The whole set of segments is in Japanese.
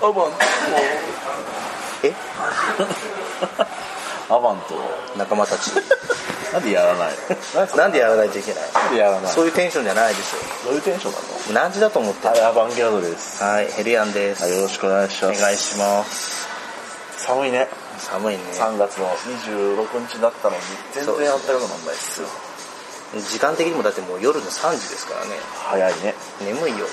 アバンと えアバン仲間たちとなんでやらない なんでやらないといけないなんでやらないそういうテンションじゃないでしどういうテンションなょ何時だと思ってのるはいアバンギャルドですはいヘリアンです、はいよろしくお願いしおます願いします寒いね寒いね3月の26日になったのに全そう然あったかくなんないですよ時間的にもだってもう夜の3時ですからね早いね眠いよ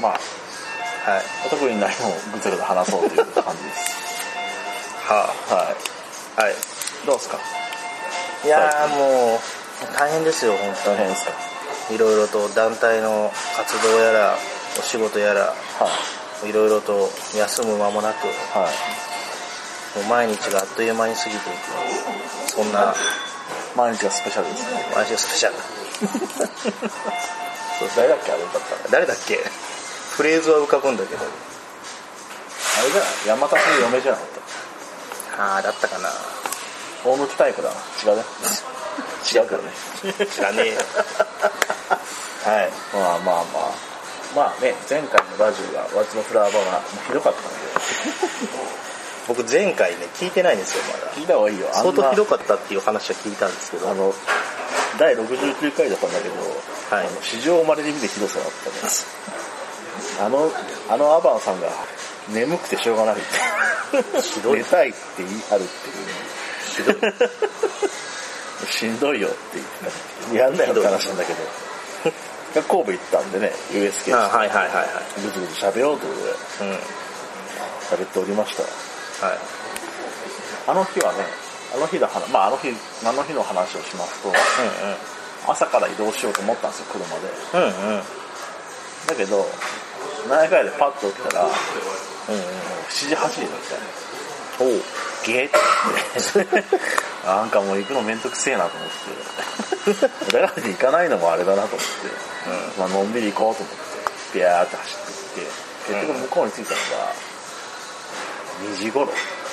まあはい特に何もぐつぐつ話そうという感じですは はいあはいどうですかいやーもう大変ですよ本大変ですか当いろいろと団体の活動やらお仕事やらはいいろいろと休む間もなくはいもう毎日があっという間に過ぎていくそんな毎日がスペシャルですね毎日スペシャル誰だっけあれだったら誰だっけフレーズは浮かぶんだけどあれじゃない山田の嫁じゃなかっああだったかなた大貫太鼓だな違うね違うからね知らねえよ はいまあまあまあまあね前回のラジオが「ワッツのフラワーバーガー」もうひどかったんで僕前回ね聞いてないんですよまだ聞いた方がいいよあん相な当ひどかったっていう話は聞いたんですけどあの第69回だったんだけど、はいあの史上まれに見てひどさだったねあのあのアバンさんが眠くてしょうがないってひどい寝たいって言い張るっていうねしんどいよって言ってたやんなよって話なんだけどが神戸行ったんでね USK あーはいはいはいはいぐずぐず喋ろうということでうんはい喋っておりましたあの日はね、あの日の話、まああの日、あの日の話をしますと、朝から移動しようと思ったんですよ、車で。うんうんうんうんだけど、何回でパッと起きたら、うんうん7時、8時だったよね。おゲーって。 なんかもう行くのめんどくせえなと思って。だから行かないのもあれだなと思って、まあのんびり行こうと思って、ビャーって走って行って、結局向こうに着い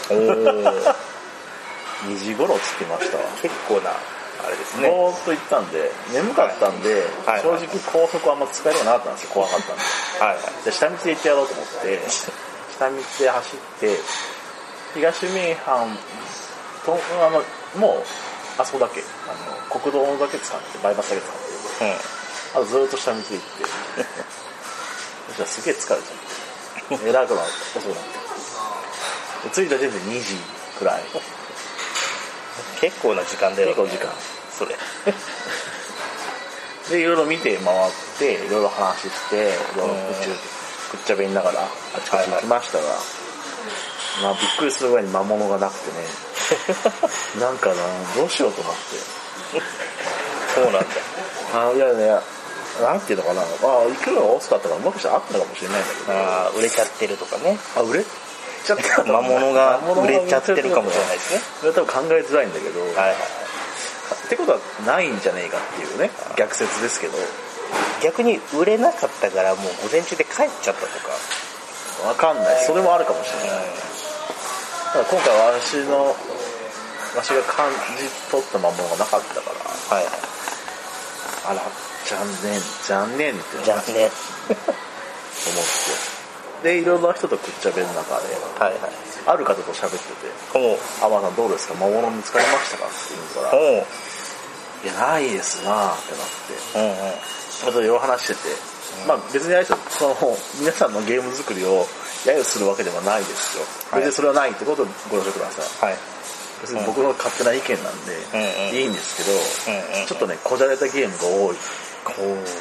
たのが、2時頃。おー 2時頃つきましたわ。結構なあれですねぼーっと行ったんで眠かったんで、はい正直高速あんま使えるようになかったんですよ怖かったんではいで下道で行ってやろうと思って下道で走って東名阪とあのもうあそこだけあの国道だけ使ってバイパスだけ使ってはいあとずーっと下道で行って そしたらすげえ疲れちゃってえらくなって遅くなってで着いた時点で2時くらいうん結構な時間だよ結構時間それでいろいろ見て回っていろいろ話していろいろうんぐっちゃぐっちゃべりながらあちこち行きましたが、まあ、びっくりするぐらいに魔物がなくて ねなんかなどうしようと思ってそうなんだあいやいやなんていうのかなあ行くのが遅かったからもしかしたらあったのかもしれないんだけどあー売れちゃってるとか ねあ売れちゃった魔物が売れちゃってるかもしれないいですねそれは多分考えづらいんだけど、はいはいってことはないんじゃねえかっていうね逆説ですけど逆に売れなかったからもう午前中で帰っちゃったとかわかんないそれもあるかもしれないただ今回は私のわしが感じ取った魔物がなかったからはいあら残念残念ってじゃ思っあねてでいろんな人とくっちゃべる中ではいはいある方と喋ってもうて「アマさんどうですか魔物見つかりましたか?」って言うから「いもうやないですな」ってなってうんうんまたよう話してて、まあ別にあれですよその皆さんのゲーム作りを揶揄するわけではないですよ、はい別にそれはないってことをご了承くださいはい別に僕の勝手な意見なんで、うんうんいいんですけど、うんうんちょっとねこじゃれたゲームが多いこ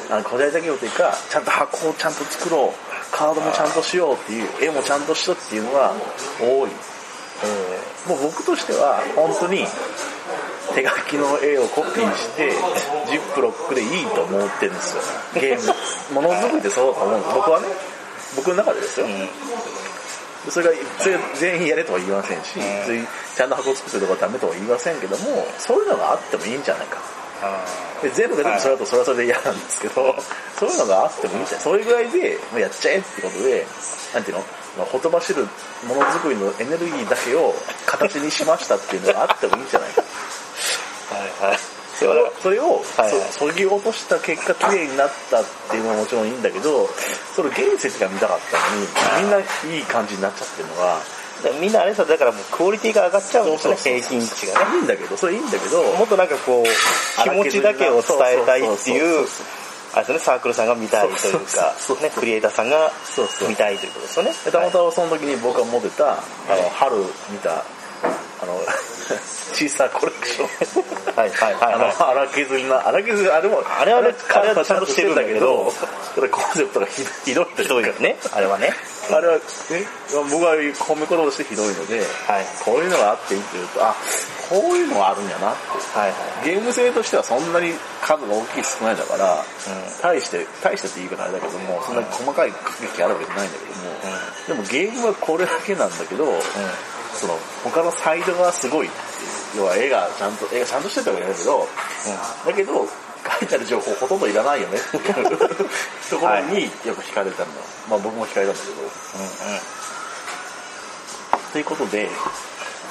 うあのこじゃれたゲームというかちゃんと箱をちゃんと作ろうカードもちゃんとしようっていう絵もちゃんとしろっていうのが多いもう僕としては本当に手書きの絵をコピーしてジップロックでいいと思ってるんですよゲームものづくりでそうだと思う僕はね僕の中でですよ、んそれがそれ全員やれとは言いませんし、ん全員ちゃんと箱作ってとかダメとは言いませんけどもそういうのがあってもいいんじゃないかあで全部が全部それだとそれはそれで嫌なんですけど、そういうのがあってもいいんじゃないそういうぐらいでもうやっちゃえってことでなんていうの、まあ、ほとばしるものづくりのエネルギーだけを形にしましたっていうのがあってもいいんじゃないかはいはいそれはそれをそ、はいはいそぎ落とした結果綺麗になったっていうのはもちろんいいんだけどそれ原石が見たかったのにみんないい感じになっちゃってるのがでみんなあれさだからもうクオリティが上がっちゃうんですよねそうそう平均値がねいいんだけどそれいいんだけどもっとなんかこう気持ちだけを伝えたいっていうそあれですよねサークルさんが見たいというかそうそうそうねクリエイターさんがそうそう見たいということですよねでたまたまその時に僕が持ってた、あの春見たあの 小さいコレクションはいはいはいはあいの荒削りな荒削りあれもあれはねあれあれははちちゃゃんんととししててるるんんだだけけどどただコンセプトがひどいとひどいいうよかねあれはねあれはえ僕は褒め言葉としてひどいので、はいこういうのがあっていいって言うとあこういうのがあるんやなってはいはゲーム性としてはそんなに数が大きい少ないだから、ん大して大してって言い方あれだけどもそんなに細かい駆け引きあるわけじゃないんだけども、でもゲームはこれだけなんだけど、その他のサイドがすごいっていう要は絵がちゃんと絵がちゃんとしてたわけじゃないけどだけど書いてある情報ほとんどいらないよねっていう ところにやっぱ惹かれたんだ、まあ僕も惹かれたんだけどということで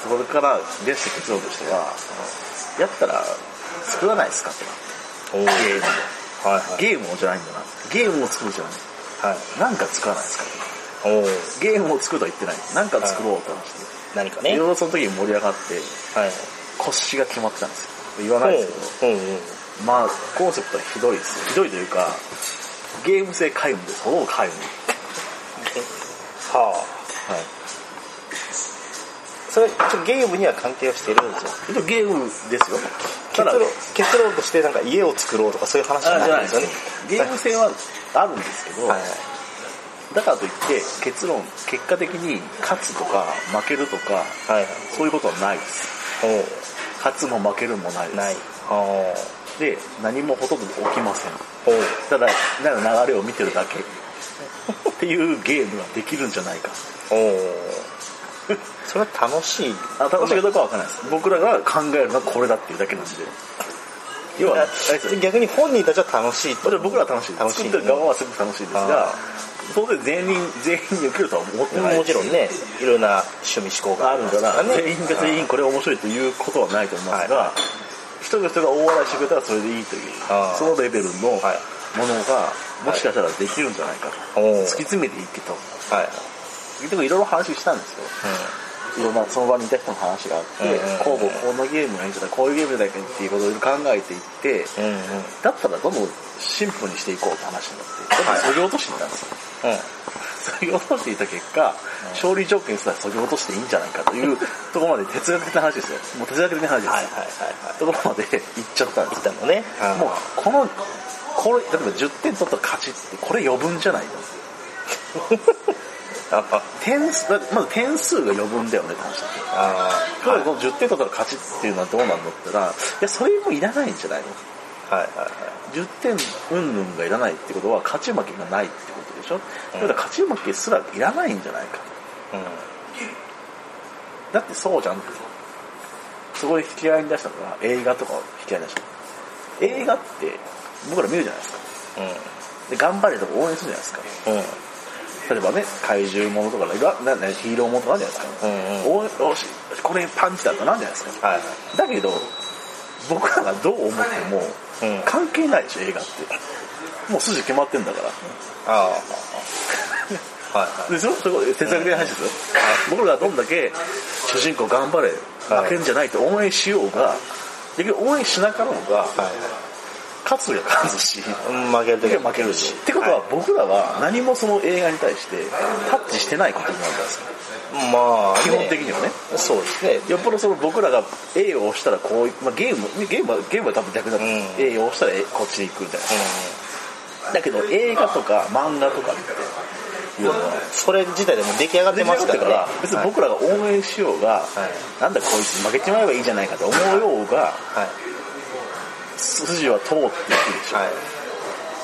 それから出した結論としてはやったら作らないですかっていうんうんうんうんおーゲームはいはをいゲームをじゃないんだなゲームを作るじゃないはいなんか作らないですかおーゲームを作るとは言ってないなんか作ろうと思って、何かいねろいろその時に盛り上がってはい腰が決まってたんですよ言わないですけど、うんうんうんまあコンセプトはひどいですよひどいというかゲーム性皆無ですほぼ皆無ははいあそれちょっとゲームには関係をしているんですよでもゲームですよ結ただ論結論としてなんか家を作ろうとかそういう話じゃあじゃないなんいでですすよねねゲーム性はあるんですけど、はいはいだからといって結論結果的に勝つとか負けるとかはいはいそういうことはないですお勝つも負けるもないーですないあで何もほとんど起きませんーおーただ流れを見てるだけっていうゲームができるんじゃないかおおそれは楽しいあ楽しいかどうかは分からないです僕らが考えるのはこれだっていうだけなんで要はあれですよ逆に本人たちは楽しいもとちろん僕らは楽しいです楽しい作ってる側はすごく楽しいですあが当然全員全員に受けるとは思ってないもちろんねいろんな趣味思考があるからね全員が全員これ面白いということはないと思いますが一人の人が大笑いしてくれたらそれでいいというあーそのレベルのものはいがもしかしたらできるんじゃないかとお突ーき詰めていけとはい結局いろいろ話したんですよいろんなその場にいた人の話があって、うんうんうんこうこうこのゲームがいいんじゃないこういうゲームだけっていうことをいろいろ考えていってうんうんうんうんだったらどんどんシンプルにしていこうって話になってはいそぎ落としていったんですよそぎ落としていった結果、勝利条件すらそぎ落としていいんじゃないかという ところまで哲学的な話ですよもう哲学的な話ですよ、はいはいはいところまで行っちゃったんで言っすたのねもうこのこれ例えば10点取ったら勝ちってこれ余分じゃないのあ点数だまず点数が余分だよねって話だったあただこの10点取ったら勝ちっていうのはどうなんだったら、いや、それもいらないんじゃないのはいはいはい ?10 点云々がいらないってことは、勝ち負けがないってことでしょ、だから勝ち負けすらいらないんじゃないか。うんだってそうじゃんって。そこで引き合いに出したのが、映画とかを引き合いに出した。映画って、僕ら見るじゃないですか。で、頑張れとか応援するじゃないですか。うんうん例えばね、怪獣ものとかな、ななヒーローものとかあるじゃないですか。うんうん応援よしこれパンチだったな、じゃないですか。はいだけど僕らがどう思ってもうん関係ないでしょ映画ってもう筋決まってんだからああはいはいでしょそこ哲学的な話ですよ僕らがどんだけ主人公頑張れはい負けんじゃないって応援しようができる応援しなかろうがはい勝つよ勝つしはい負ける負ときける負けるしってことは僕らは何もその映画に対してタッチしてないことになるんですよまあ基本的ににはねそうですねよっぽどその僕らが A を押したらこういまあ、ゲームゲームはゲームは多分逆だと、うん A を押したらこっちに行くみたいなだけど映画とか漫画とかっていうのはそれ自体でもう出来上がって出来ま上がすっからてかねら別に僕らが応援しようが、いなんだこいつ負けちまえばいいじゃないかと思うようがはい筋は通っていくでしょ、はい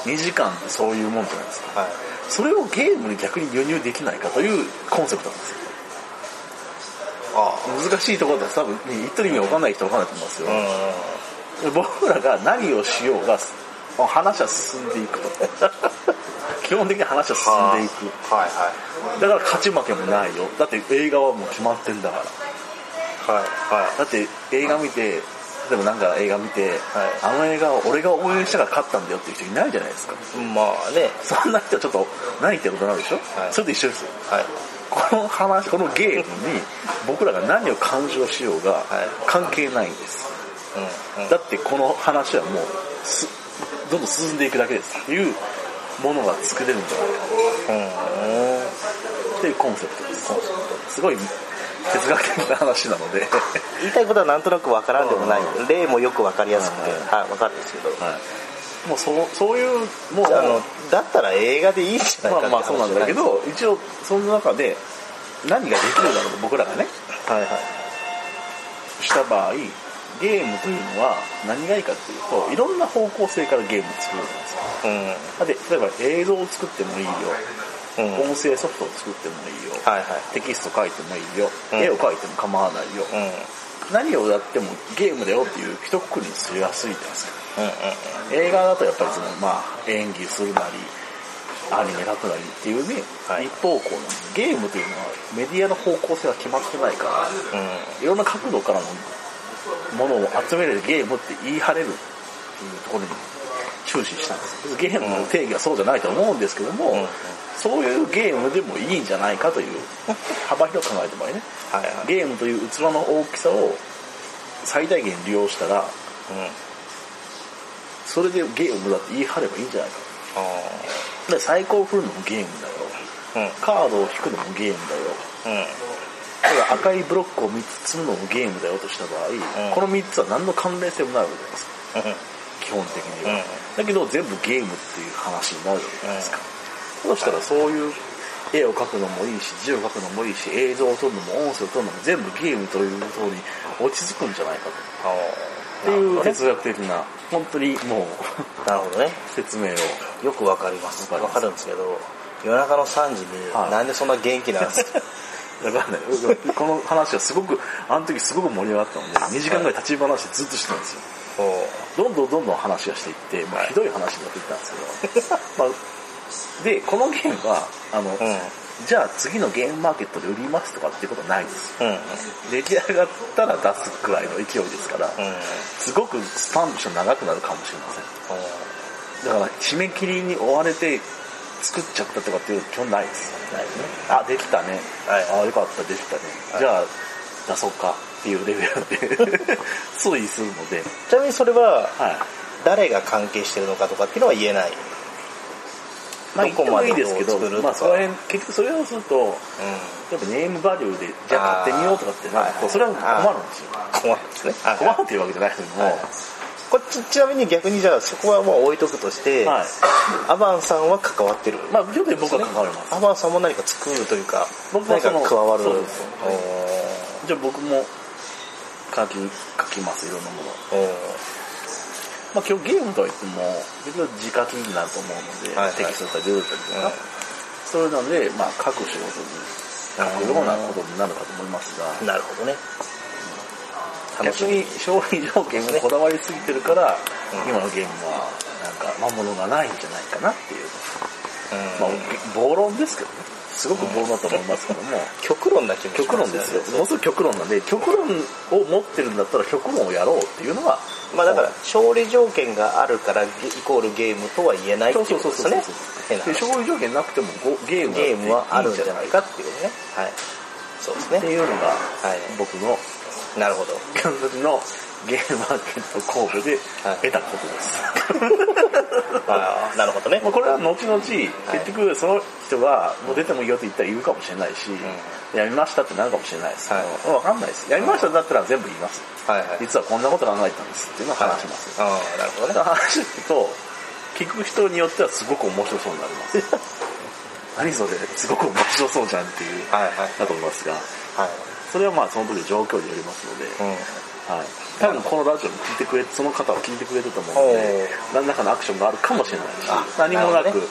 2時間ってそういうもんじゃないですかはいそれをゲームに逆に輸入できないかというコンセプトなんですよあ難しいところだと多分言ってる意味わかんない人わかんないと思いますよあう、ん僕らが何をしようが話は進んでいく 基本的に話は進んでいくはいだから勝ち負けもないよだって映画はもう決まってんだからはいはいはいだって映画見て例えばなんか映画見て、あの映画を俺が応援したから勝ったんだよっていう人いないじゃないですかまあねそんな人ちょっと何言ってることになるでしょ、はいそれと一緒ですよはいこの話このゲームに僕らが何を感情しようがい関係ないんです、うんうんだってこの話はもうすどんどん進んでいくだけですっていうものが作れるんじゃないかうんっていうコンセプトですすごい哲学的な話なので、言いたいことはなんとなくわからんでもない例もよくわかりやすくてうんはいわかるんですけど もうそうそういうもうあのだったら映画でいいじゃないまかあまあそうなんだけはど一応その中で何ができるだろうと僕らがねいはいした場合ゲームというのは何がいいかっていうといろんな方向性からゲームを作るじゃないですかうんだって例えば映像を作ってもいいよ、うん音声ソフトを作ってもいいよ、はいはいテキスト書いてもいいよ、うん絵を描いても構わないよ、うんうん何をやってもゲームだよっていう一括りにしやすいじゃないですかうん映画だとやっぱりその、まあ、演技するなりアニメ描くなりっていうね、はい一方向なんですゲームというのはメディアの方向性が決まってないからうんいろんな角度からのものを集めれるゲームって言い張れるっていうところに終始したんですゲームの定義はそうじゃないと思うんですけども、うんそういうゲームでもいいんじゃないかという幅広く考えてもらいねはいはいゲームという器の大きさを最大限利用したらうんそれでゲームだって言い張ればいいんじゃないかあでサイコロを振るのもゲームだーようんカードを引くのもゲームだようんただ赤いブロックを3つ積むのもゲームだよとした場合、うんこの3つは何の関連性もないわけじゃないですうんか基本的には、うんだけど全部ゲームっていう話になるわけじゃないですか、そうしたらそういう絵を描くのもいいし字を書くのもいいし映像を撮るのも音声を撮るのも全部ゲームということに落ち着くんじゃないかとあっていうー哲学的な本当にもう なるほどね説明をよくわかりますわわかりかるますんですけど夜中の3時にはいなんでそんな元気なんですかだからね僕 この話はすごくあの時すごく盛り上がったので2時間ぐらい立ち話ずっとしてたんですよおーどんどんどんどん話がしていって、まあ、ひどい話になっていったんですけど、 まあ、でこのゲームはあの、うじゃあ次のゲームマーケットで売りますとかっていうことはないですんうん出来上がったら出すくらいの勢いですからうんすごくスパンとして長くなるかもしれませんおーだから締め切りに追われて作っちゃったとかっていうのは基本ないですないですねあできたね、はいあよかったできたね、はいじゃあ出そうかっていうレベルで 推移するので、ちなみにそれははい誰が関係してるのかとかっていうのは言えないまあ、どこまで言ってもいいですけどう作るど、とかまあ、その辺結局それをするとやっぱネームバリューでじゃあ買ってみようとかってなるあーはいはといそれは困るんですよ困るんですね困るっていうわけじゃないけども、はいこっちちなみに逆にじゃあそこはまあ置いとくとして、はいアバンさんは関わってる、まあちょっと僕は関わりますアバンさんも何か作るというか僕は何そかの加わるそおうですじゃあ僕も書き書きますいろんなものーおーまあ今日ゲームとは言っても結局自書きになると思うので、はいはいテキストとかルールとか、うんそういうのでまあ書く仕事に書くようなことになるかと思いますがなるほどね楽し逆みに消費条件がこだわりすぎてるから、うん今のゲームはなんか魔物がないんじゃないかなっていう、うんまあ暴論ですけどねすごく暴論だと思いますけども、 極論な気もします極論ですよものすごく極論なんで極論を持ってるんだったら極論をやろうっていうのはまあだから勝利条件があるからイコールゲームとは言えないってそいううそこうとそうでそすうね変なそうで話勝負条件なくてもごゲームゲームはあるんじゃいないいかかっていうことねはいそうですってねいうのがい僕のなるほど監督のゲームマーケット神戸ではい得たことです、 ああなるほどねまあこれは後々、結局その人がもう出てもいいよって言ったら言うかもしれないし、やめましたってなるかもしれないですけど、はい分かんないですやめましただったら全部言います、はいはい実はこんなこと考えたんですっていうのを話します、ああなるほどねだから話聞くと聞く人によってはすごく面白そうになります何それすごく面白そうじゃんっていうはいはいだと思いますがはいそれはまあその時の状況によりますので、うんはい、多分このラジオも聞いてくれその方は聞いてくれてると思うので何らかのアクションがあるかもしれないしあ何もななるくほどね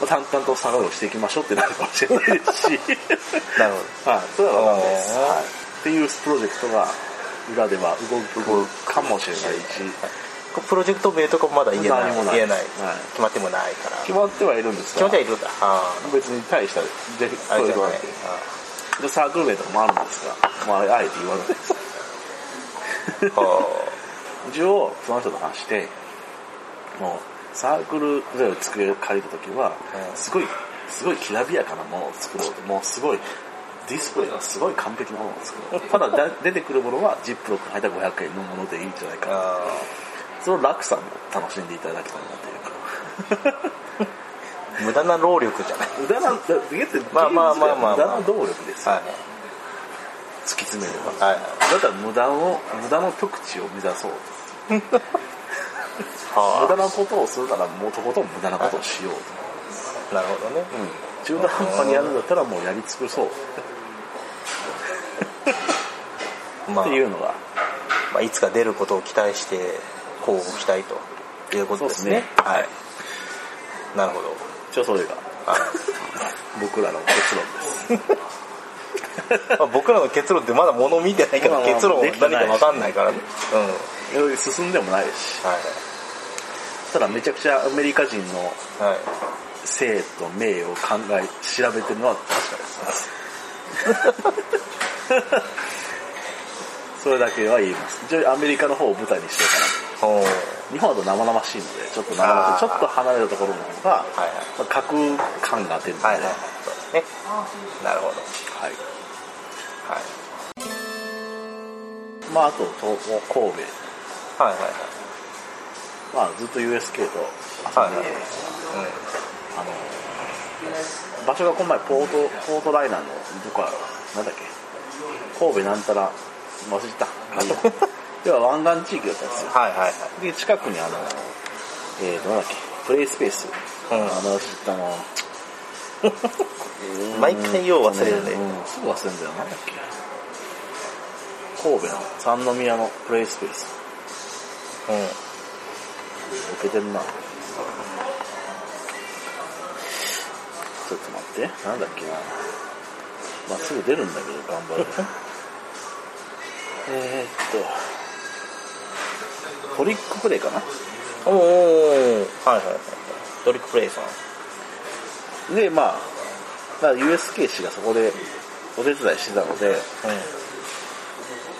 まあ淡々と作業していきましょうってなるかもし れないですしなるほはいそれはわかんないです、おーはい、っていうプロジェクトが裏では動く動くかもしれないしどプロジェクト名とかもまだ言えない何もない言えない、はい決まってもないから決決まってはいるんですまがってはいるんだあ別に大したデフああそうれじいうゃなのはいなくてでサークル名とかもあるんですが、まあ、あえて言わないですああ一応その人と話してもうサークル例えば机を借りた時は、うんすごいすごいきらびやかなものを作ろうともうすごいディスプレイがすごい完璧なものを作ろう ただだ出てくるものはジップロックに入った500円のものでいいんじゃないかなあその落差も楽しんでいただきたいなという かー無駄な労力じゃない無駄な、だゲって、まあまあまあまあ無駄な動力ですよ、はい突き詰めれば。はいだから無駄を、無駄の極地を目指そう。無は駄なことをするなら、もうとことん無駄なことをしようと。あなるほどね中途半端にやるんだったらもうやり尽くそうまっあていうのが、まあいつか出ることを期待してこうご期待ということですねそうですはいなるほど一応それがはい僕らの結論です。まあ僕らの結論ってまだ物見てないかまあらまあ結論はで何きかてない分かんないからねうんはい進んでもないし、ただめちゃくちゃアメリカ人のはい性と名誉を考え、調べてるのは確かです。それだけは言います。一応アメリカの方を舞台にしてるかなと。おー日本だと生々しいので、ちょっと生々しい。ちょあーっと離れたところの方が、いはいまあ、格感が出るので、はいはいはいそうですねなるほどはいはいまあ、あと、東神戸、はいはいまあ、ずっと USK と遊んでるんですが、はいあの、場所がこの前、ポート、ポートライナーの、どこやろなんだっけ、神戸なんたら、忘れた。 要は湾岸地域だったんですよ。はいはいはいで、近くにあの、えー、と、なんだっけ、プレイスペース。うんあの、ちょっとあの、毎回よう忘れるねうん、すぐ忘れるんだよなんだっけ神戸の三宮のプレイスペースうん受けてるなちょっと待ってなんだっけなまあすぐ出るんだけど頑張る えーっとトリックプレイかなおーおーはいはいはいトリックプレイさんでまあだから USK 氏がそこでお手伝いしてたのでうん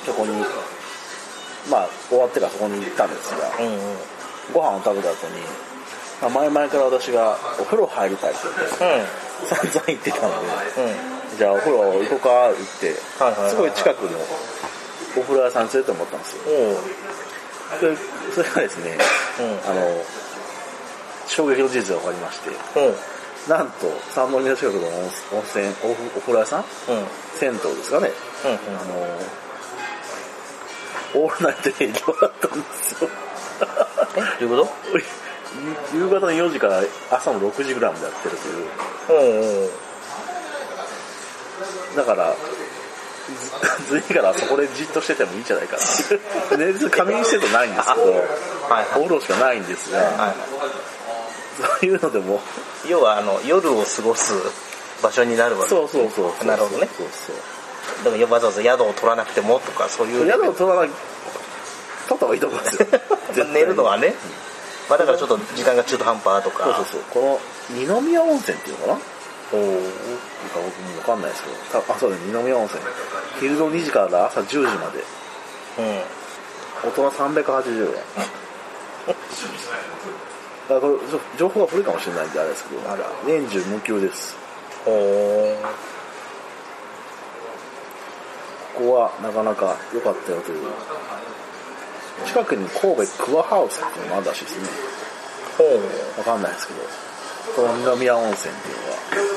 そこにまあ終わってからそこに行ったんですがうんうんうんご飯を食べた後に、まあ前々から私がお風呂入りたいって散々言ってたので、うんじゃあお風呂行こうかって言って、はいはいはいはいすごい近くのお風呂屋さん連れてもらったんですよ。おおで、それがですね、うんあの、衝撃の事実が分かりまして、うんなんと三宮近くの温温泉、お風お風呂屋さんうん銭湯ですかね、うんあの、オールナイト営業だったんですよ。どういうこ 夕夕方の4時から朝の6時ぐらいまでやってるというとうんうんだからずずいからそこでじっとしててもいいんじゃないか な寝ず仮眠してるとないんですけはいどお風呂しかないんですがはいそういうのでも要はあの夜を過ごす場所になるわけそうそうそうそうなるほどねそうそだからわざわざ宿を取らなくてもとかそういうう宿を取らない取った方がいいと思います よ絶対寝るのはね、まあ、だからちょっと時間が中途半端とかそうそうそうこの二宮温泉っていうのかななんかおお僕もわかんないですけどたあそうだね二宮温泉昼の2時から朝10時までうん大人380円だからこれちょ情報が古いかもしれないんであれですけどあら年中無休ですおここはなかなか良かったよという近くに神戸クワハウスっていうのもあるらしいですねほうわかんないですけどこの二宮温泉っていうのは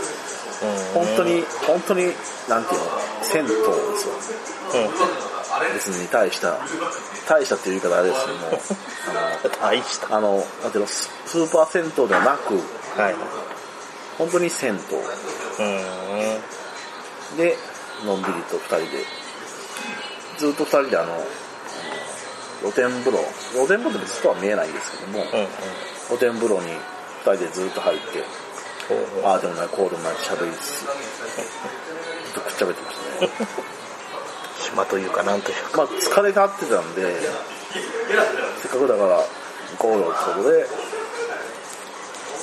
うん本当に本当になんていうの銭湯ですよ別に大した大したっていう言い方あれですけどもうん大したあのあのなんていうのススーパー銭湯ではなくはい本当に銭う湯んでのんびりと2人でずっと2人であのあの露天風呂露天風呂ってそこは見えないんですけども、うんうん露天風呂に2人でずっと入ってほうああでもないこうでもない喋りつつずっとくっちゃべってましたね島というかなんというまあ疲れがってたんでせっかくだから行こうよってことで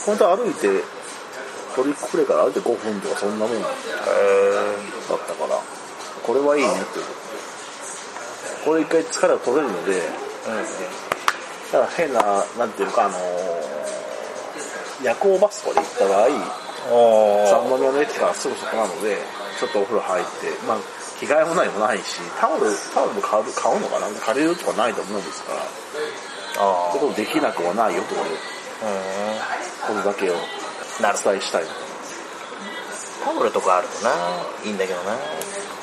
本当は歩いてトリックプレイから歩いて5分とかそんなかもんへだったからこれはいいねっていうことこれ一回疲れが取れるのでだから変な、なんていうのか、あのー夜行バスとかで行った場合、三あ宮の駅からすぐそこなので、ちょっとお風呂入って、まあ、着替えもないもないし、タオル、タオルも買う買うのかな借りるとかないと思うんですから、あそこできなくはないよとかいううことだけをお伝えしたい。んタオルとかあるとないいんだけどな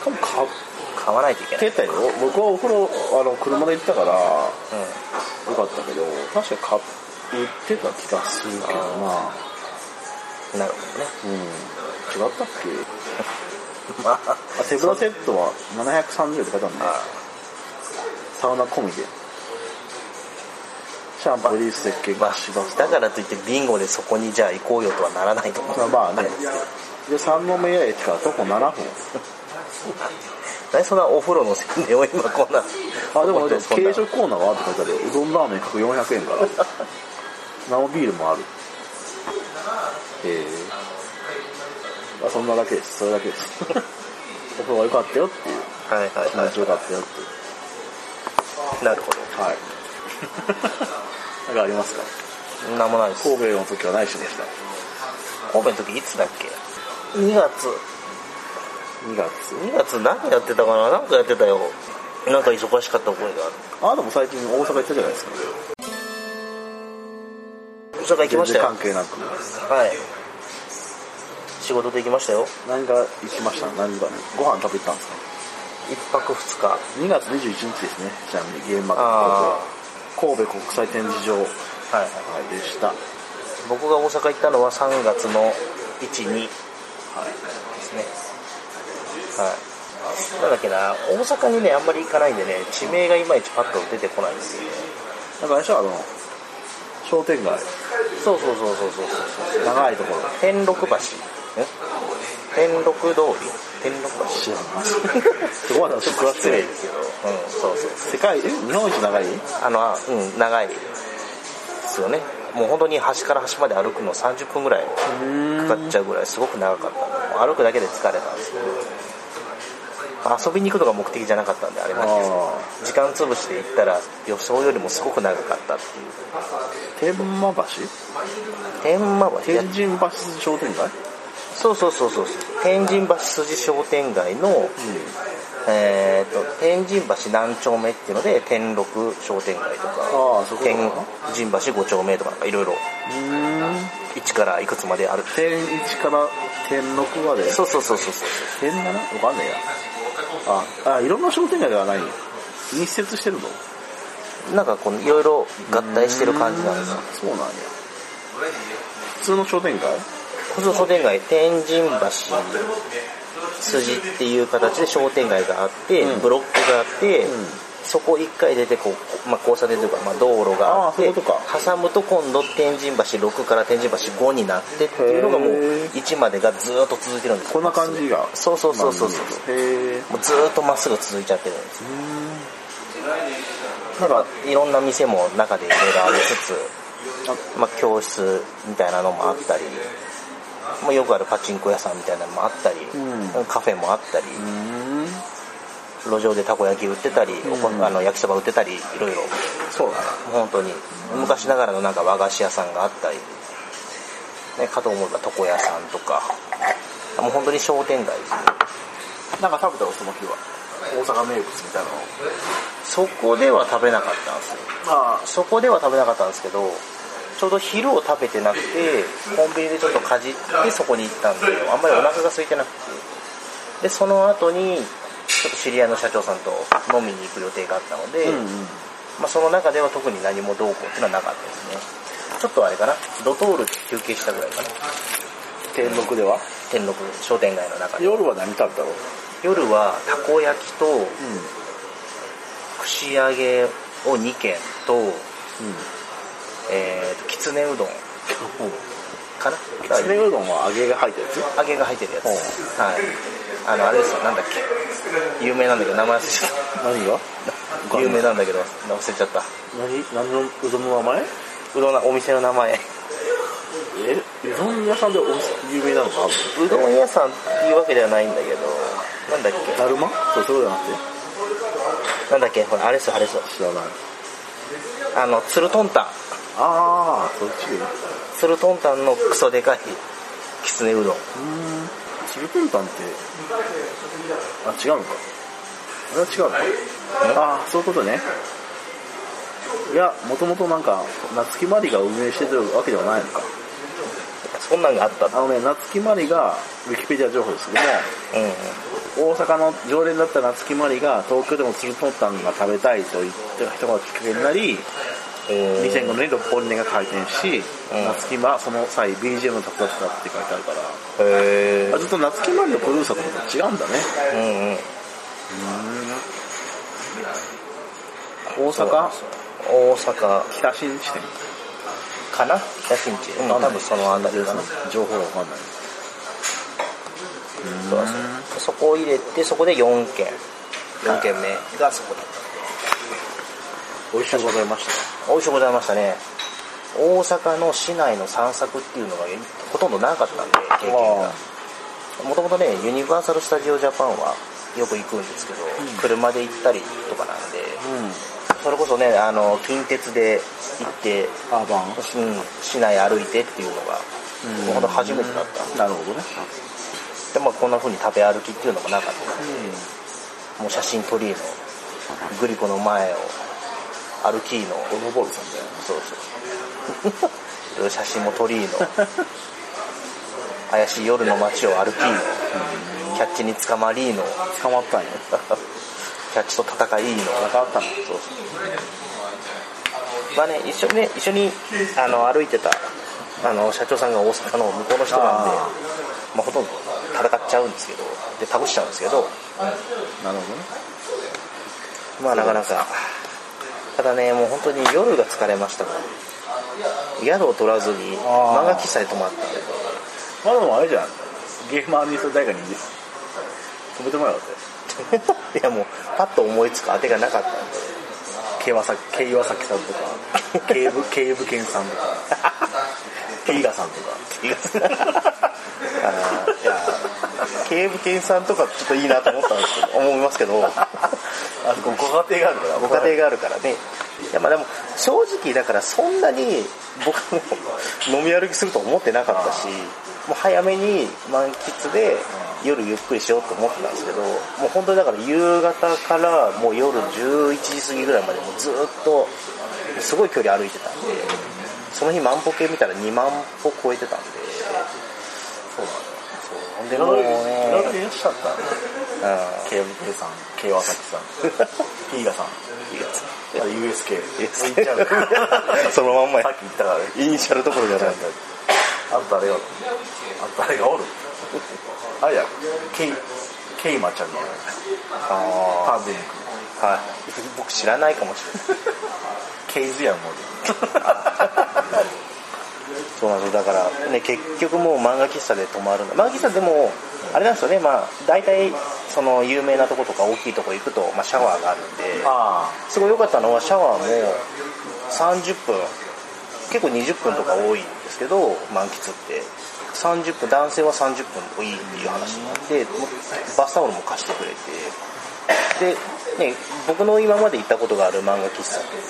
多分買っ買わないといけないてたよ。僕はお風呂、あの、車で行ったから、ようんかったけど、確か買ってた気がするけどな。なるほどねうん。違ったっけまああ手ぶらセットは730円って書いてあるんで、サウナ込みで。シャンプーリース石鹸まがしますあだからといってビンゴでそこにじゃあ行こうよとはならないと思うまあまあねれですけどで、三宮駅から徒歩7分。何そんなお風呂の宣伝を今こんなあ、でもね、そんな軽食コーナーはって書いてあるようどんラーメン各400円から。生ビールもある。えー。まあそんなだけです。それだけ です。お風呂が良かったよっていう。はいはい気持はちよかったよっていう。いなるほど はい。なんかありますかなんもないです神戸の時はないしでした。神戸の時いつだっけ2月2月。 2月何やってたかななんかやってたよなんか忙しかった覚えがあるあなたも最近大阪行ったじゃないですか。大阪行きましたよ全然関係なく。はい仕事で行きましたよ何が行きました何が。ご飯食べ行ったんです1か泊2日 ?2 月21日ですね。ちなみにゲームマーケあット神戸国際展示場あはいはいでした。はい。僕が大阪行ったのは3月の12ですねはいなんだっけな大阪にねあんまり行かないんでね地名がいまいちパッと出てこないんですよねなんかあれでしょあの、商店街。そうそうそうそうそうそう長いと ころ。天禄橋ん天禄通り天禄橋知らない。そこまで知らなく失礼てで。すけどうんそうそう世界、え日本一長いあのあうん長いですよねもう本当に端から端まで歩くの30分ぐらいかかっちゃうぐらいすごく長かったもう歩くだけで疲れたんですけど遊びに行くのが目的じゃなかったんであれなんですあけど時間潰して行ったら予想よりもすごく長かったっていう天満橋天満橋いや天神橋商店街そうそうそうそう天神橋筋商店街のえー、と天神橋何丁目っていうので天禄商店街とかああそこ天神橋5丁目とかなんかいろいろうん。うん。 1からいくつまである天一から天六まで。そうそうそうそうそう変だなわかんねえやああいろんな商店街ではない密接してるのなんかこういろいろ合体してる感じなんですよそうなんや普通の商店街この商店街天神橋筋っていう形で商店街があって、うんブロックがあって、んそこ1回出てこう、こまあ、交差点というか、まあ、道路があってああそういうこと挟むと今度天神橋6から天神橋5になってっていうのがもうへえ1までがずーっと続いてるんですよこんな感じがそうそうそうそうそうへえもうずーっとまっすぐ続いちゃってるんですなんかいろんな店も中でいろいろありつつ、まあ、教室みたいなのもあったり、まあ、よくあるパチンコ屋さんみたいなのもあったり、うカフェもあったり、うん路上でたこ焼き売ってたり、おこうんあの焼きそば売ってたりいろいろそうだな本当に昔ながらのなんか和菓子屋さんがあったり、ね、かと思えば床屋さんとかもう本当に商店街ですねなんか食べたのその日は大阪名物みたいなのそこでは食べなかったんですよあそこでは食べなかったんですけどちょうど昼を食べてなくてコンビニでちょっとかじってそこに行ったんであんまりお腹が空いてなくてでその後にちょっと知り合いの社長さんと飲みに行く予定があったので、うんうんまあ、その中では特に何もどうこうっていうのはなかったですねちょっとあれかなドトールで休憩したぐらいかな天禄では天禄商店街の中で夜は何食べたの夜はたこ焼きとう串揚げを2軒と,、んうんえーときつねうどんかなきつねうどんは揚げが入ったやつ揚げが入ってるやつ、ほうはいあのあれですよなんだっけ有名なんだけど名前忘れちゃっ何がた有名なんだけど忘れちゃった何何のうどんの名前うどんなお店の名前えうどん屋さんでお有名なのかあるうどん屋さんっていうわけではないんだけどなんだっだるまそうそうじゃなくけなんだっけほらあれっすよあれっすよて知らないあの鶴トンタンああそっち鶴トンタンのクソでかいきつねうどんうん鶴くんたんってあ違うのかあれは違うのああそういうことねいやもともとなんか夏木マリが運営してるわけではないのかそんなんがあったうんあのね夏木マリがウィキペディア情報ですけども大阪の常連だった夏木マリが東京でも鶴とんたんが食べたいと言った人がきっかけになりえー2005年に六本木が開店し、うん夏木はその際 BGM を作ったって書いてあるからへえあずっと夏木マリのプロデューサーとかと違うんだねうんうん大阪大阪北新地点かな野心地うん多分そのあたりかな情報が分かんないそうそうそこを入れてそこで4軒4軒目がそこだった美味しゅうございました美味しゅうございましたね大阪の市内の散策っていうのがほとんどなかったんで経験がもともとねユニバーサル・スタジオ・ジャパンはよく行くんですけど、車で行ったりとかなんでうんそれこそねあの近鉄で行って、アーバンうん市内歩いてっていうのがうんもうほんと初めてだったんでなるほどねで、まあ、こんな風に食べ歩きっていうのもなかったもう写真撮りのグリコの前を歩きのうんボノボルさんだよそうそう写真も鳥居の怪しい夜の街を歩きのキャッチに捕まりの捕まったんやキャッチと戦いのなかったそうのそうまあね一緒にね一緒にあの歩いてたあの社長さんが大阪の向こうの人なんであまあ、ほとんど戦っちゃうんですけどで倒しちゃうんですけどなるほどねまあなかなかただねもう本当に夜が疲れましたもん宿を取らずにあー漫画喫茶で泊ま ったんでまあでもあれじゃんゲーマーにそれ誰かに止めてもらおうっていやもうパッと思いつく当てがなかったんで K 岩崎 K 岩崎さんとか K 部 K 部健さんとか T ガさんとかあーいや警部犬さんとかちょっといいなと思ったんですけど思いますけどあとご家庭があるからご家庭があるからねいやまあでも正直だからそんなに僕も飲み歩きすると思ってなかったしもう早めに満喫で夜ゆっくりしようと思ってたんですけどもう本当にだから夕方からもう夜11時過ぎぐらいまでもうずっとすごい距離歩いてたんでその日万歩計見たら2万歩超えてたんでそうなんだよそうでもういろいろねいらっしゃったねうん K 部健さん K 岩崎さん T ガさんいいやつ USK です言っちゃうそのまんまやさっき言ったからねイニシャルどころじゃないあと誰がおるあと誰がおるあれやケイケイマちゃんのあパーブンクあはい僕知らないかもしれないケイズやんもうそうなんですよだからね結局もう漫画喫茶で泊まるの漫画喫茶でもあれなんですよねまあ大体その有名なとことか大きいとこ行くと、まあ、シャワーがあるんであすごい良かったのはシャワーも30分結構20分とか多いんですけど満喫って30分男性は30分でもいいっていう話になってもうバスタオルも貸してくれてで、ね、僕の今まで行ったことがある漫画喫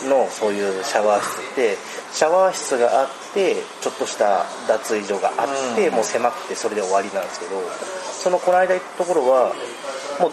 茶のそういうシャワー室ってシャワー室があってちょっとした脱衣所があって、もう狭くてそれで終わりなんですけどそのこの間行ったところはもう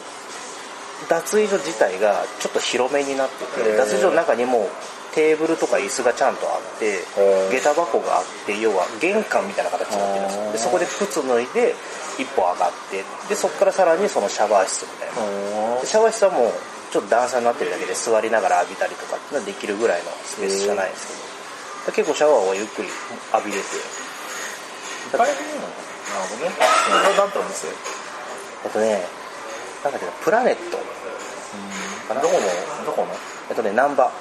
脱衣所自体がちょっと広めになってへてー脱衣所の中にもテーブルとか椅子がちゃんとあってへー下駄箱があって要は玄関みたいな形になってるんですあよでそこーで靴脱いで一歩上がってでそこからさらにそのシャワー室みたいなあでシャワー室はもうちょっと段差になってるだけで座りながら浴びたりとかっていうのはできるぐらいのスペースじゃないんですけどで結構シャワーはゆっくり浴びれていっぱいいるのなるほどねこれなんてお店あとねなんだっけなプラネットかなどこのどこのえっとねナンバ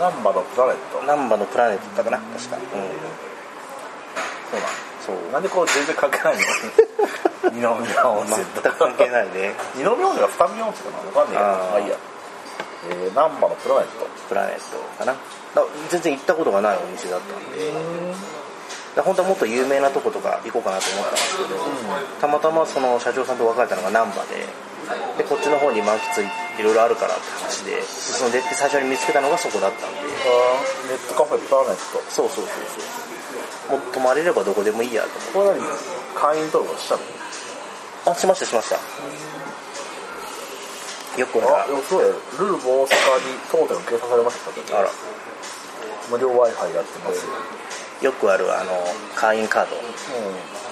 難波のプラネット難波のプラネットだったかな確か、うん、そそうなうのなんでこう全然関係ないの二 宮温泉と全く関係ないね二宮温泉が二宮温泉かなわかんねえけどあーまあいいやえー難波のプラネットプラネットかなだ全然行ったことがないお店だったんでだ本当はもっと有名なとことか行こうかなと思ったんですけど、たまたまその社長さんと別れたのが難波ででこっちの方に満喫いろいろあるからって話で進んでって最初に見つけたのがそこだったんでネットカフェいっぱいあるんですかそうそうそうそうもう泊まれればどこでもいいやと思ってこれ何会員登録したのあしましたしましたよくほらあ予想やルルボ大阪に当店を掲載されましたけどあら無料 w i f i やってますよ、よくあるあの会員カード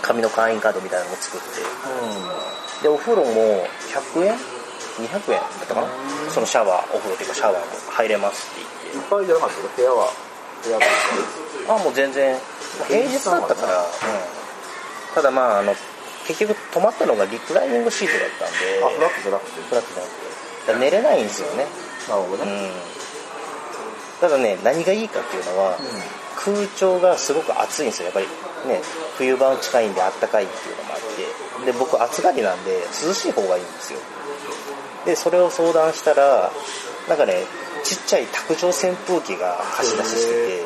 紙の会員カードみたいなのを作ってうでお風呂も100円200円だったかなそのシャワーお風呂っていうかシャワーも入れますってん、いっぱいじゃなかった部屋は部屋という言ってあもう全然まあ平日だったから、うんただまああの結局泊まったのがリクライニングシートだったんかあでフラットじゃなくてフラットじゃなくてだから寝れないんですよねなるほどうね、んただね何がいいかっていうのは、空調がすごく暑いんですよやっぱりね冬場近いんであったかいっていうのもあってで僕暑がりなんで涼しい方がいいんですよでそれを相談したらなんかねちっちゃい卓上扇風機が貸し出しして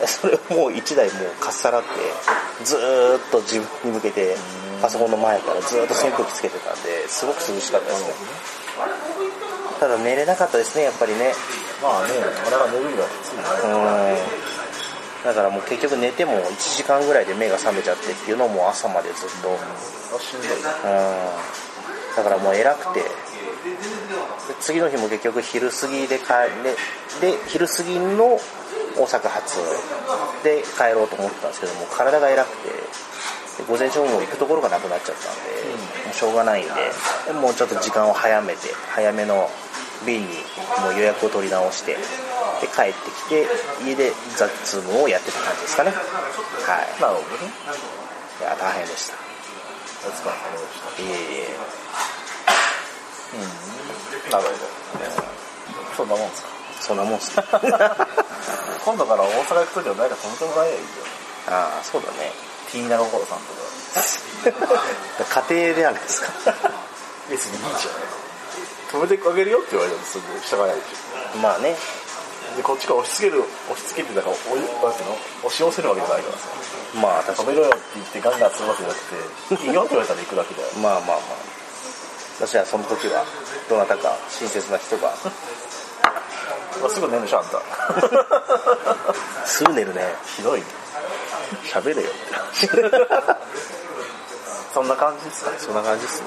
てそれをもう1台もうかっさらってずーっと自分に向けてパソコンの前からずーっと扇風機つけてたんですごく涼しかったですねただ寝れなかったですねやっぱりねまあねあれが寝るにはきついねうんだからもう結局寝ても1時間ぐらいで目が覚めちゃってっていうのをもう朝までずっと、うん、あしんどいだからもう偉くてで次の日も結局昼過ぎで帰れで昼過ぎの大阪発で帰ろうと思ったんですけども体が偉くてで午前中も行くところがなくなっちゃったんで、もうしょうがないんででもうちょっと時間を早めて早めの便にもう予約を取り直してで帰ってきて家でザッツームをやってた感じですかねはいなるほどねいや大変でしたお疲れ様でしたいえいえなるほど。そんなもんですか。そんなもんっすね 今度から大阪行くときは誰か泊めてもらえばいいよ。ああそうだねティーナロコロさんとか。 家庭であるんですか別にいいじゃん。泊めてあげるよって言われたらすぐ従えないでしまあねょ。で、こっちから押し付ける、押し付けてだから、おい、なんていうの押し寄せるわけじゃないからさ。まあ確か止にめろよって言ってガンガンするわけじゃなくて、いいよって言われたら行くだけだよ。まあまあまあ私はその時はどなたか親切な人が まあすぐ寝るでしょ、あんた。すぐ寝るねひどいね。喋れよ ってそんな感じですかそんな感じっすね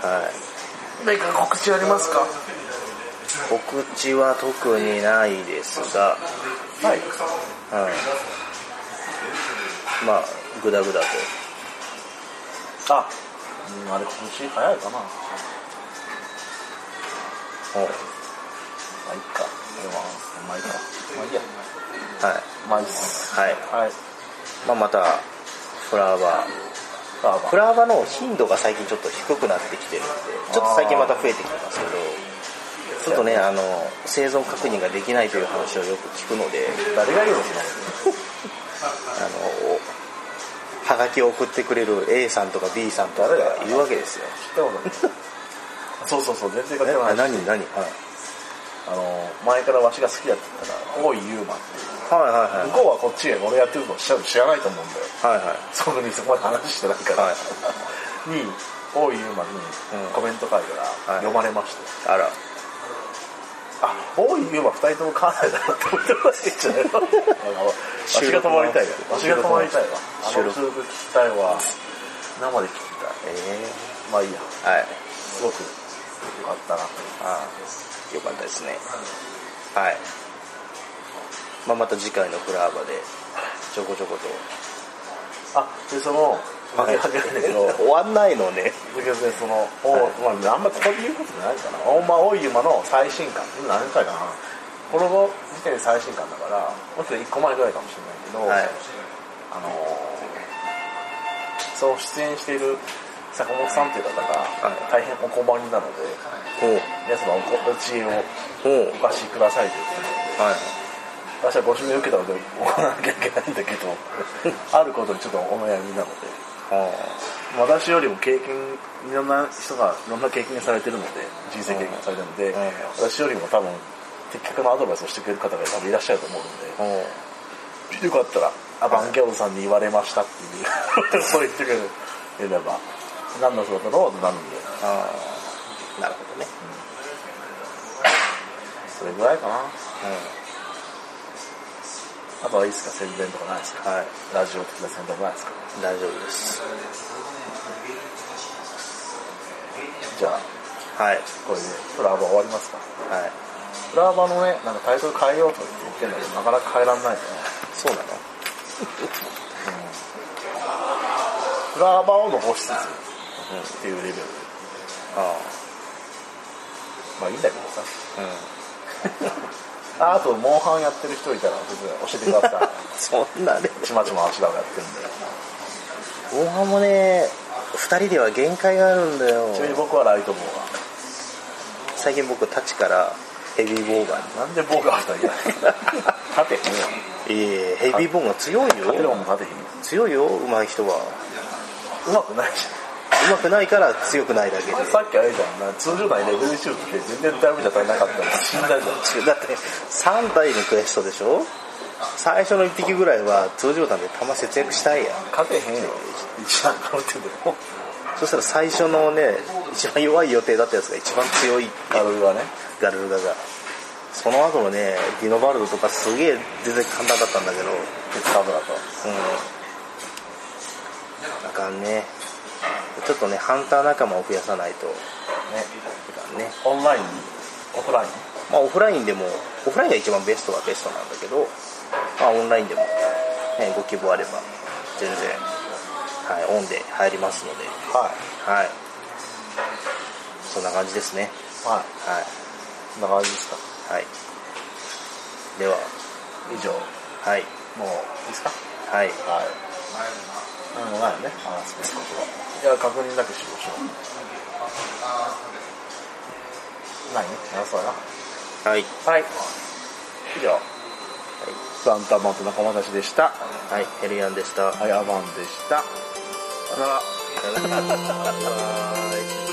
はい何か告知ありますか告知は特にないですが、はい。うん、まあグダグダとあ、うん、あれ今年早いかな。うんまあ、いっか。でも、まあ、いいか。まあ、いいや。はいまあ、いいっす。はい、はい。まあ、またフラワーバーバフラワーの頻度が最近ちょっと低くなってきてるんでちょっと最近また増えてきてますけどちょっとねあの生存確認ができないという話をよく聞くので誰が言うあののはがきを送ってくれる A さんとか B さんとかがいるわけですよその。 そうそうそう、全然買ってあない。何何、はい、はいあの、前からわしが好きだって言ったら、おい、ユーマっていう。はい向こうはこっちへ俺やってるの知ら知らないと思うんだよ。はいはいそこにそこまで話してないから。はいに、おい、ユーマにうんコメント書いたら、はい読まれました。あらあ、おい、ユーマ二人とも買わないだろって思ってましたけど。わ しが泊まりたいわ。わしが泊まりたいわ。あ収の録収録聞きたいわ。生で聞きたい。えまあいいや。えはいすごく良かったなと。ああよかったですねはい、まあ、また次回のフラワーバでちょこちょことあでその負け負 けなんだけどだ終わんないのねけどねそのお、まあ、あんまここで言うことないかな「おまあおいゆま」の最新刊今何回かなこの時点で最新刊だからもしかしたら1個前ぐらいかもしれないけど、はいあのーその出演している坂本さんっていう方がは大変お困りなので、おう皆様おこお知恵をおうお貸しくださいということではい私はご指名を受けたので行わなきゃいけないんだけ どあることにちょっとお悩みなのであ私よりも経験いろんな人がいろんな経験されてるので人生経験されてるので、ん私よりも多分的確なアドバイスをしてくれる方が多分いらっしゃると思うのあおうでよかったらアバンギャルドさんに言 われましたっていうそう言ってくれれば何の仕事の何でああなるほどね、それぐらいかなあとはいいですか宣伝とかないですかはいラジオ的な宣伝もないですか大丈夫ですじゃあはいこれでプラバ終わりますかはいプラバのねなんかタイトル変えようとか言ってんだけどなかなか変えらんないですねそうなのプラバを残しつつっていうレベルであまあいいんだけどさあうんああとモンハンやってる人いたら別に教えてくださそんなね いちまちま足だをやってるんで後半もね2人では限界があるんだよちなみに僕はライトボー最近僕タチからヘビーボーガンガーなんでボーガー2人だ 勝てへんよええヘビーボーガン強い勝てるもんよ勝てへんよ強いよ上手い人はうまくないじゃん上手くないから強くない だけでさっきあれじゃんな通常内レベルシュートって全然ダメじゃ足りなかったの死んだじゃんだって3台のクエストでしょ最初の1匹ぐらいは通常弾で弾節約したいやん勝てへんよ一番かぶっててもそしたら最初のね一番弱い予定だったやつが一番強いガルルはねガルルガがその後のねディノバルドとかすげえ全然簡単だったんだけど鉄カードだとうんあかんねちょっとねハンター仲間を増やさないとねいかんねオンラインオフラインまあオフラインでもオフラインが一番ベストはベストなんだけどまあオンラインでも、ね、ご希望あれば全然はいオンで入りますのではいはいそんな感じですねはいはいそんな感じですかはいでは以上はいもういいですかはいはい何もないよね話すことはいや確認だけしましょうないねなそうやなはいはい以上サンタマンと仲間たちでしたはいヘリアンでしたはいアバンでしたさよなら拜拜。